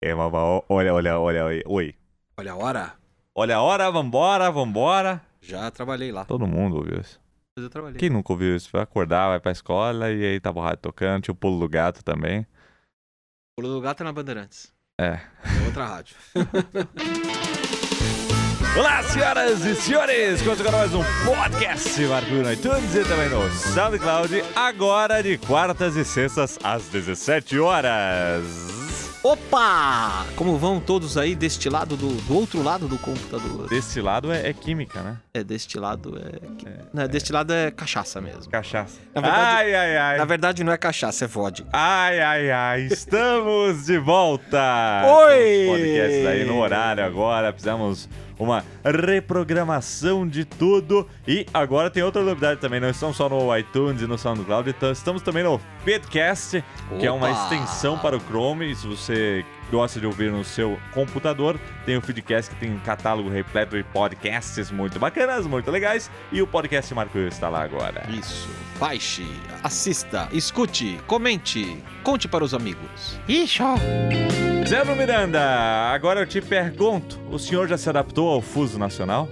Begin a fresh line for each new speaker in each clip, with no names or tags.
É, mas ó, olha, olha, olha, oi, oi.
Olha a hora.
Olha a hora, vambora, vambora.
Já trabalhei lá.
Todo mundo ouviu isso.
Mas eu trabalhei.
Quem nunca ouviu isso? Vai acordar, vai pra escola e aí tava o rádio tocando, tinha o pulo do gato também.
Pulo do Gato é na Bandeirantes.
É.
É outra rádio.
Olá, senhoras e senhores! Começa agora mais um podcast Marco no iTunes e também no SoundCloud, agora de quartas e sextas às 17 horas.
Opa! Como vão todos aí deste lado do, do outro lado do computador?
Desse lado é, é química, né?
É, deste lado é. Não, deste lado é cachaça mesmo.
Cachaça.
Na verdade-
ai, ai, ai.
Na verdade, não é cachaça, é vodka.
Ai, ai, ai, estamos de volta!
Oi!
Com os Podcasts aí no horário agora, fizemos uma reprogramação de tudo e agora tem outra novidade também, não estamos só no iTunes e no SoundCloud, então estamos também no Pedcast, que é uma
Opa!
extensão para o Chrome, e se você gosta de ouvir no seu computador, tem o Feedcast que tem um catálogo repleto de podcasts muito bacanas, muito legais, e o podcast Marco Ivo está lá agora.
Isso. Baixe, assista, escute, comente, conte para os amigos. Isso!
Zero Miranda, agora eu te pergunto, o senhor já se adaptou ao fuso nacional?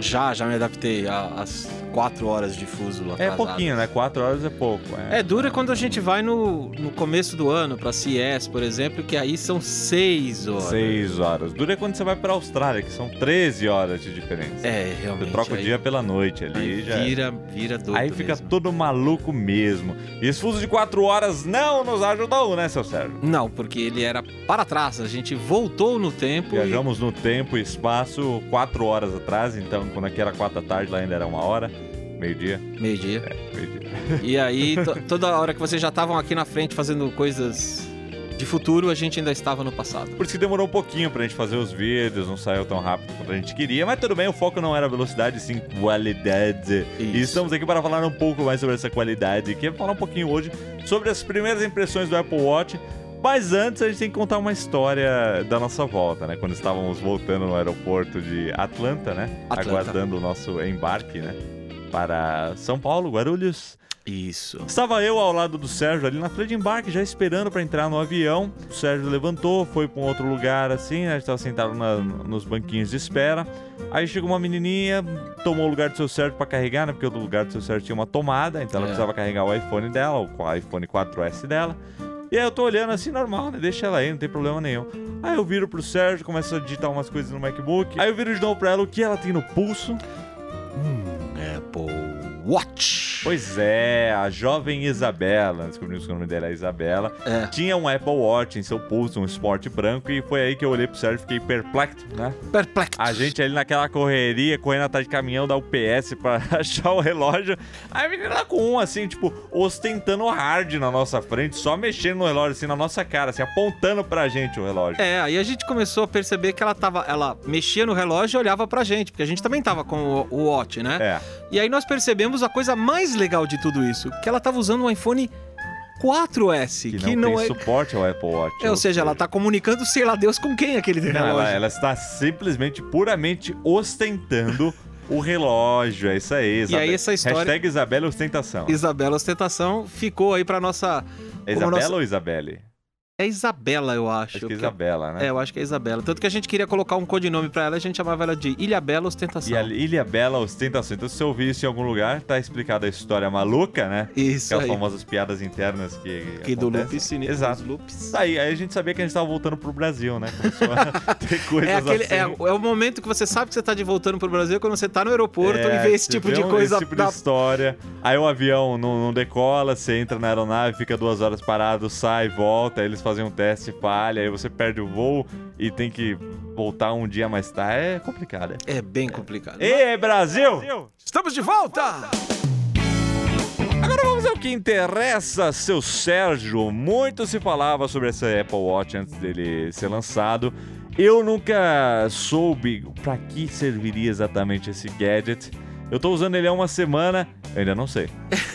Já, já me adaptei a- às quatro horas de fuso
É
atrasadas.
pouquinho, né? Quatro horas é pouco. É.
É dura quando a gente vai no, no começo do ano pra CES, por exemplo, que aí são seis horas.
Seis horas. Dura é quando você vai pra Austrália, que são 13 horas de diferença.
É,
Você
realmente.
troca o
aí-
dia pela noite ali
aí
e já. é.
vira, vira doido
Aí fica
mesmo.
todo maluco mesmo. E esse fuso de quatro horas não nos ajudou, né, seu Sérgio?
Não, porque ele era para trás, a gente voltou no tempo e-
Viajamos no tempo e espaço quatro horas atrás, então quando aqui era quatro da tarde, lá ainda era uma hora. Meio-dia,
meio-dia.
meio-dia.
E aí, to- toda hora que vocês já estavam aqui na frente fazendo coisas de futuro, a gente ainda estava no passado.
Por isso que demorou um pouquinho pra gente fazer os vídeos, não saiu tão rápido quanto a gente queria, mas tudo bem, o foco não era velocidade, sim qualidade. E estamos aqui para falar um pouco mais sobre essa qualidade, que é falar um pouquinho hoje sobre as primeiras impressões do Apple Watch. Mas antes a gente tem que contar uma história da nossa volta, né? Quando estávamos voltando no aeroporto de Atlanta, né?
Atlanta.
Aguardando o nosso embarque, né? Para São Paulo, Guarulhos.
Isso.
Estava eu ao lado do Sérgio ali na frente de embarque, já esperando pra entrar no avião. O Sérgio levantou, foi pra um outro lugar assim, né? A gente tava sentado na- nos banquinhos de espera. Aí chegou uma menininha, tomou o lugar do seu Sérgio pra carregar, né? Porque o lugar do seu Sérgio tinha uma tomada, então ela
É.
precisava carregar o iPhone dela, o iPhone 4S dela. E aí eu tô olhando assim, normal, né? Deixa ela aí, não tem problema nenhum. Aí eu viro pro Sérgio, começo a digitar umas coisas no MacBook. Aí eu viro de novo pra ela o que ela tem no pulso.
Apple Watch.
Pois é, a jovem Isabela, descobrimos que o nome dela é Isabela,
É.
tinha um Apple Watch em seu pulso, um esporte branco, e foi aí que eu olhei pro Sérgio e fiquei perplexo, né?
Perplexo.
A gente ali naquela correria, correndo atrás de caminhão da UPS pra achar o relógio. A menina com um, assim, tipo, ostentando hard na nossa frente, só mexendo no relógio, assim, na nossa cara, assim, apontando pra gente o relógio.
É, aí a gente começou a perceber que ela tava. Ela mexia no relógio e olhava pra gente, porque a gente também tava com o, o Watch, né?
É.
E aí nós percebemos a coisa mais legal de tudo isso, que ela tava usando um iPhone 4S,
Que,
que,
não,
não,
tem
é.
suporte ao Apple Watch. né?
É, ou seja, ela tá comunicando, sei lá Deus, com quem aquele
Não,
relógio.
ela, ela está simplesmente, puramente ostentando o relógio. É isso aí,
E
Isabela.
aí essa história-
Hashtag Isabela Ostentação.
Isabela Ostentação ficou aí pra nossa.
É
como
Isabela
nossa-
ou Isabelle?
É Isabela, eu acho.
Acho que
que
é
é-
Isabela, né?
É, eu acho que é Isabela. Tanto que a gente queria colocar um codinome pra ela, a gente chamava ela de Ilha Bela Ostentação.
E a Ilha Bela Ostentação. Então, se você ouvir isso em algum lugar, tá explicada a história maluca, né?
Isso
Aquelas
aí.
famosas piadas internas que.
Que do
acontecem.
loop sinistra.
Exato.
dos loops.
Aí, aí a gente sabia que a gente tava voltando pro Brasil, né? Começou a ter coisas
É, aquele,
assim.
é, é o momento que você sabe que você tá de voltando pro Brasil quando você tá no aeroporto
É,
e vê esse
você
tipo
vê
de
um-
coisa
Esse tipo
da
de história. Aí o avião não, não decola, você entra na aeronave, fica duas horas parado, sai, volta, aí eles fazem um teste, falha, aí você perde o voo e tem que voltar um dia mais tarde. É complicado. É.
É bem complicado.
Ê, Brasil!
Estamos de volta!
Agora vamos ao que interessa, seu Sérgio. Muito se falava sobre essa Apple Watch antes dele ser lançado. Eu nunca soube pra que serviria exatamente esse gadget. Eu tô usando ele há uma semana, eu ainda não sei.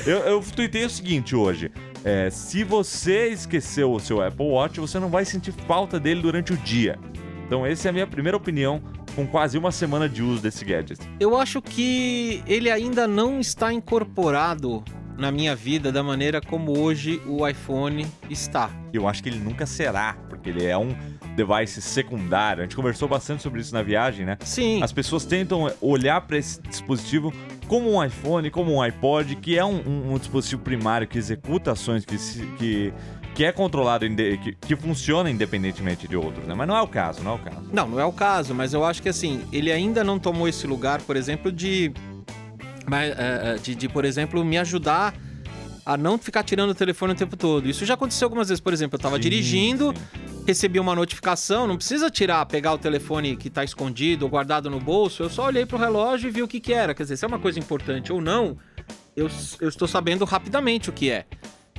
Eu, eu tuitei o seguinte hoje. é, se você esqueceu o seu Apple Watch, você não vai sentir falta dele durante o dia. Então essa é a minha primeira opinião com quase uma semana de uso desse gadget.
Eu acho que ele ainda não está incorporado na minha vida da maneira como hoje o iPhone está.
Eu acho que ele nunca será, porque ele é um, device secundário. A gente conversou bastante sobre isso na viagem, né?
Sim.
As pessoas tentam olhar para esse dispositivo como um iPhone, como um iPod, que é um, um- um dispositivo primário que executa ações que, se- que, que é controlado, inde- que, que funciona independentemente de outros, né? Mas não é o caso, não é o caso.
Não, não é o caso, mas eu acho que assim, ele ainda não tomou esse lugar, por exemplo, de. mas, é, é, de, de, por exemplo, me ajudar a não ficar tirando o telefone o tempo todo. Isso já aconteceu algumas vezes, por exemplo, eu tava
Sim,
dirigindo,
sim.
recebi uma notificação, não precisa tirar, pegar o telefone que tá escondido ou guardado no bolso, eu só olhei pro relógio e vi o que que era. Quer dizer, se é uma coisa importante ou não, eu, s- eu estou sabendo rapidamente o que é.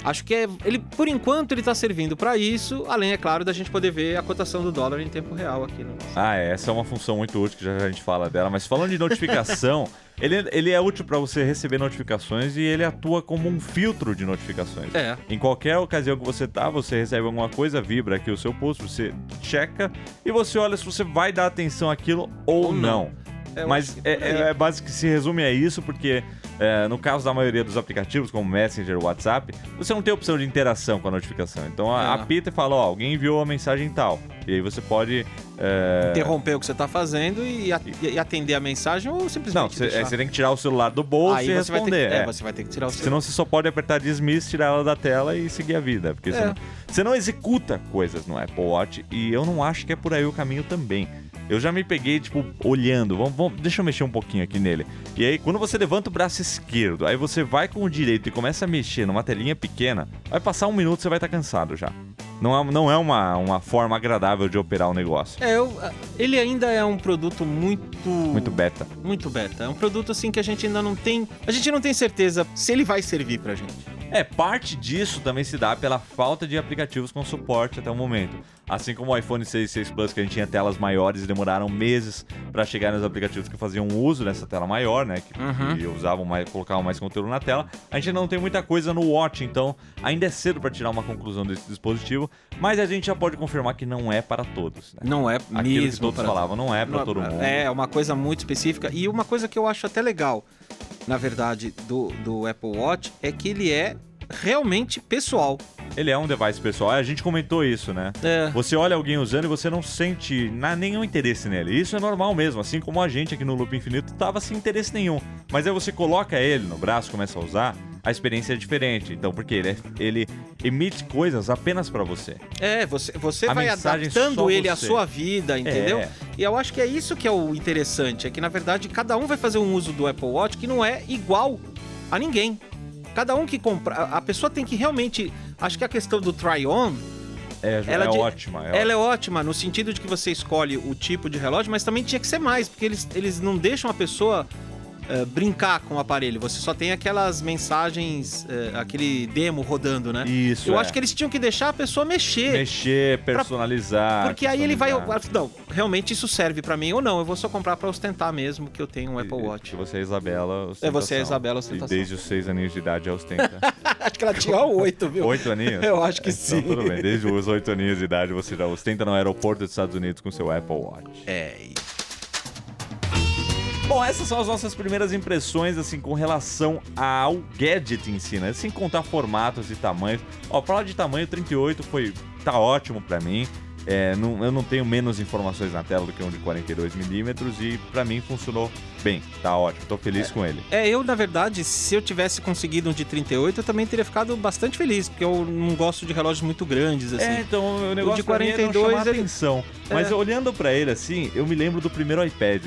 Acho que é, ele, por enquanto, ele tá servindo para isso, além, é claro, da gente poder ver a cotação do dólar em tempo real aqui né? no nosso.
Ah, é, essa é uma função muito útil que já já a gente fala dela, mas falando de notificação, ele, ele é útil para você receber notificações e ele atua como um filtro de notificações.
É.
Em qualquer ocasião que você tá, você recebe alguma coisa, vibra aqui o seu post, você checa e você olha se você vai dar atenção àquilo ou,
Ou
não.
não. É, eu
Mas
acho que
é,
por aí.
é, é básico que se resume a isso, porque é, no caso da maioria dos aplicativos, como Messenger, WhatsApp, você não tem opção de interação com a notificação. Então a-
É.
apita e fala, ó, alguém enviou a mensagem tal. E aí você pode... é,
interromper o que você tá fazendo e, a- e atender a mensagem ou simplesmente
Não, você, é,
deixar.
você tem que tirar o celular do bolso
Aí
e
você vai ter que,
responder.
é,
é.
você vai ter que tirar o seu.
Senão você só pode apertar dismiss, tirar ela da tela e seguir a vida. Porque
É.
você, não, você não executa coisas no Apple Watch e eu não acho que é por aí o caminho também. Eu já me peguei, tipo, olhando. Vamos, vamos- deixa eu mexer um pouquinho aqui nele. E aí, quando você levanta o braço esquerdo, aí você vai com o direito e começa a mexer numa telinha pequena, vai passar um minuto você vai estar cansado já. Não é, não é uma, uma forma agradável de operar o negócio.
É, eu- ele ainda é um produto muito
Muito beta.
muito beta. É um produto assim que a gente ainda não tem, a gente não tem certeza se ele vai servir pra gente.
É, parte disso também se dá pela falta de aplicativos com suporte até o momento. Assim como o iPhone 6 e 6 Plus, que a gente tinha telas maiores e demoraram meses para chegar nos aplicativos que faziam uso dessa tela maior, né? Que,
Uhum.
que usavam mais, colocavam mais conteúdo na tela. A gente não tem muita coisa no Watch, então ainda é cedo para tirar uma conclusão desse dispositivo, mas a gente já pode confirmar que não é para todos, né?
Não é
Aquilo que todos falavam, não é para
Não,
todo mundo.
É, uma coisa muito específica. E uma coisa que eu acho até legal, na verdade, do, do Apple Watch é que ele é realmente pessoal.
Ele é um device pessoal, a gente comentou isso, né?
É.
Você olha alguém usando e você não sente na- nenhum interesse nele. Isso é normal mesmo, assim como a gente aqui no Loop Infinito tava sem interesse nenhum. Mas aí você coloca ele no braço, começa a usar, a experiência é diferente. Então, porque ele, é- ele emite coisas apenas pra você.
É, você, você
A
vai
mensagem é só
adaptando ele à
você.
sua vida, entendeu?
É.
E eu acho que é isso que é o interessante, é que na verdade cada um vai fazer um uso do Apple Watch que não é igual a ninguém. Cada um que compra, a- a pessoa tem que realmente, acho que a questão do try-on,
É,
Ela
é
de-
ótima. É
ela é ótima no sentido de que você escolhe o tipo de relógio, mas também tinha que ser mais, porque eles, eles não deixam a pessoa eh, brincar com o aparelho. Você só tem aquelas mensagens, eh, aquele demo rodando, né?
ótima. Isso.
eu
é.
acho que eles tinham que deixar a pessoa
Mexer, personalizar.
é Porque aí ele vai. assim,
customizar.
Não, realmente isso serve pra mim ou não. Eu vou só comprar pra ostentar mesmo que eu tenho um Apple
E
Watch.
Você é a Isabela.
É você,
ostentação.
a Isabela,
E
ostentação.
desde os seis aninhos de idade já ostenta.
Acho que ela tinha oito, viu?
Oito aninhos?
Eu acho que
Então,
sim.
tudo bem, desde os oito aninhos de idade você já ostenta no aeroporto dos Estados Unidos com seu Apple Watch.
É.
Bom, essas são as nossas primeiras impressões, assim, com relação ao gadget em si, né? Sem contar formatos e tamanhos. Ó, pra lá de tamanho, 38 foi... tá ótimo pra mim. É, não- eu não tenho menos informações na tela do que um de 42mm e pra mim funcionou bem. Tá ótimo, tô feliz com ele.
É, eu, na verdade, se eu tivesse conseguido um de 38, eu também teria ficado bastante feliz, porque eu não gosto de relógios muito grandes, assim.
É, então o negócio
de
pra mim é não
42,
chamar
ele-
atenção. Mas
É.
olhando pra ele assim, eu me lembro do primeiro iPad.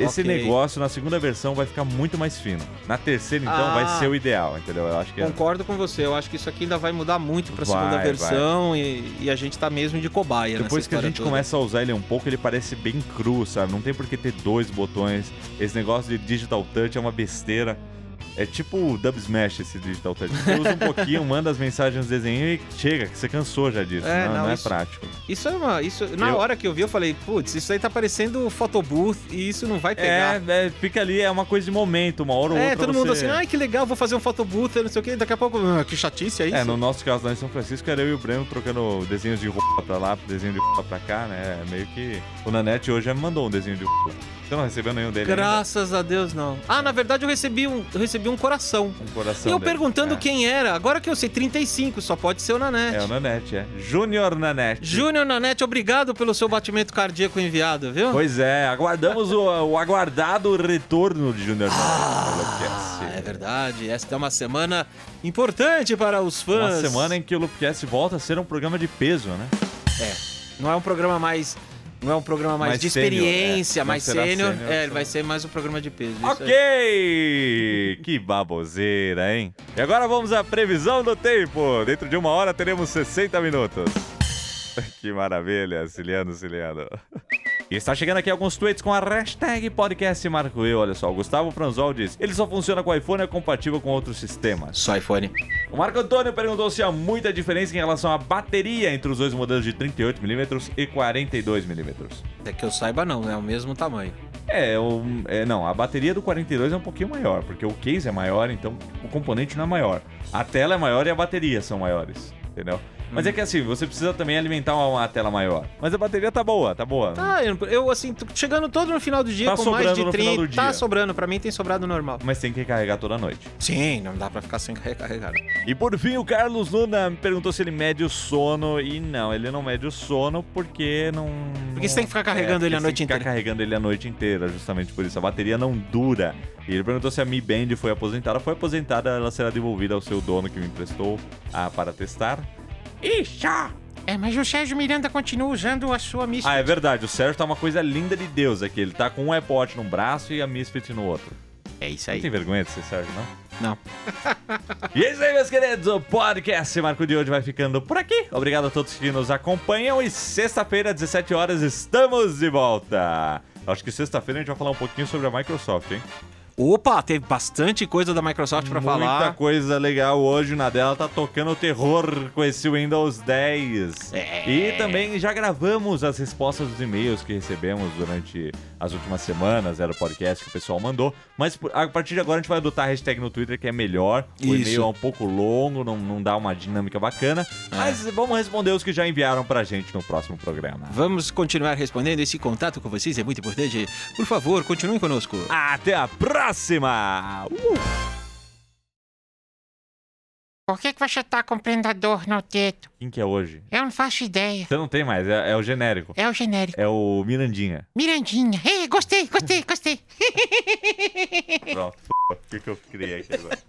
Esse
Ok.
negócio na segunda versão vai ficar muito mais fino. Na terceira, então,
Ah.
vai ser o ideal, entendeu? Eu acho que é.
Concordo com você, eu acho que isso aqui ainda vai mudar muito pra
Vai,
segunda
vai.
versão e, e a gente tá mesmo de cobaia nessa
Depois que a
história
gente
toda.
começa a usar ele um pouco, ele parece bem cru, sabe? Não tem por que ter dois botões. Esse negócio de digital touch é uma besteira. É tipo o Dub Smash esse digital touch. Você usa um pouquinho, manda as mensagens no desenho e chega, que você cansou já disso.
É,
não,
não,
não é
isso-
prático.
Isso é uma. Isso, na
Eu-
hora que eu vi, eu falei, putz, isso aí tá parecendo photobooth e isso não vai pegar.
É, é, fica ali, é uma coisa de momento, uma hora ou
é,
outra.
todo mundo
você-
assim, ai que legal, vou fazer um photobooth, não sei o que, daqui a pouco, "Ah, que chatice é isso?
É, no nosso caso lá em São Francisco era eu e o Breno trocando desenhos de roupa pra lá, desenho de roupa pra cá, né? É Meio que. O Nanete hoje já me mandou um desenho de roupa. Você não recebeu nenhum dele. ainda?
Graças a Deus, não. Ah, na verdade eu recebi um, eu recebi recebi um coração.
Um coração
E eu
dele.
perguntando
é.
quem era, agora que eu sei, 35, só pode ser o Nanete.
É o Nanete, é. Júnior Nanete.
Júnior Nanete, obrigado pelo seu batimento cardíaco enviado, viu?
Pois é, aguardamos o, o aguardado retorno de Júnior Nanete.
Ah,
Lopecast.
é verdade. Esta é uma semana importante para os
Uma
fãs.
semana em que o Loopcast volta a ser um programa de peso, né?
Não é um programa mais. Não é um programa mais,
Mais
de
sênior,
experiência,
é. Não
mais
será
sênior.
sênior,
É, ele
só.
vai ser mais um programa de peso. isso aí.
Ok! Que baboseira, hein? E agora vamos à previsão do tempo. Dentro de uma hora teremos 60 minutos. Que maravilha, Ciliano, Ciliano. E está chegando aqui alguns tweets com a hashtag podcast Marco Eu. Olha só, o Gustavo Pranzol diz: ele só funciona com o iPhone e é compatível com outros sistemas.
Só iPhone.
O Marco Antônio perguntou se há muita diferença em relação à bateria entre os dois modelos de 38mm e 42mm.
Até que eu saiba, não, é o mesmo tamanho.
É, o, é, não, a bateria do 42 é um pouquinho maior, porque o case é maior, então o componente não é maior. A tela é maior e a bateria são maiores, entendeu? Mas é que assim, você precisa também alimentar uma, uma tela maior. Mas a bateria tá boa, tá boa.
Ah, eu, eu, assim, tô chegando todo no final do dia
Tá
com mais
sobrando
de
no final
30.
do
Tá
dia.
sobrando, pra mim tem sobrado normal.
Mas tem que carregar toda noite.
Sim, não dá pra ficar sem recarregar.
E por fim, o Carlos Luna me perguntou se ele mede o sono. E não, ele não mede o sono porque não.
Porque você
não-
tem que ficar carregando
é,
ele a
porque você
noite
tem que
inteira.
Ficar carregando ele a noite inteira, justamente por isso. A bateria não dura. E ele perguntou se a Mi Band foi aposentada. Foi aposentada, ela será devolvida ao seu dono que me emprestou ah, para testar. Ixá!
É, mas o Sérgio Miranda continua usando a sua missa.
Ah, é verdade, o Sérgio tá uma coisa linda de Deus aqui. Ele tá com um Apple Watch num braço e a Misfit no outro.
É isso
Não tem vergonha de ser Sérgio, não?
Não.
E é isso aí, meus queridos. O podcast Marco de hoje vai ficando por aqui. Obrigado a todos que nos acompanham. E sexta-feira, 17 horas, estamos de volta. Acho que sexta-feira a gente vai falar um pouquinho sobre a Microsoft, hein?
Opa, teve bastante coisa da Microsoft pra
Muita
falar.
coisa legal hoje. O Nadella tá tocando terror com esse Windows 10.
É.
E também já gravamos as respostas dos e-mails que recebemos durante as últimas semanas. Era o podcast que o pessoal mandou. Mas por- a partir de agora a gente vai adotar a hashtag no Twitter, que é melhor. O
Isso.
e-mail é um pouco longo, não, não dá uma dinâmica bacana.
É.
Mas vamos responder os que já enviaram pra gente no próximo programa.
Vamos continuar respondendo. Esse contato com vocês é muito importante. Por favor, continuem conosco.
Até a próxima! Uh!
Por que, que você tá com prendador no teto?
Quem que é hoje?
Eu não faço ideia.
Você não tem mais, é- é o genérico.
É o genérico.
É o Mirandinha.
Mirandinha. Ei, gostei, gostei, gostei.
é Pronto, o que, que eu criei aqui agora?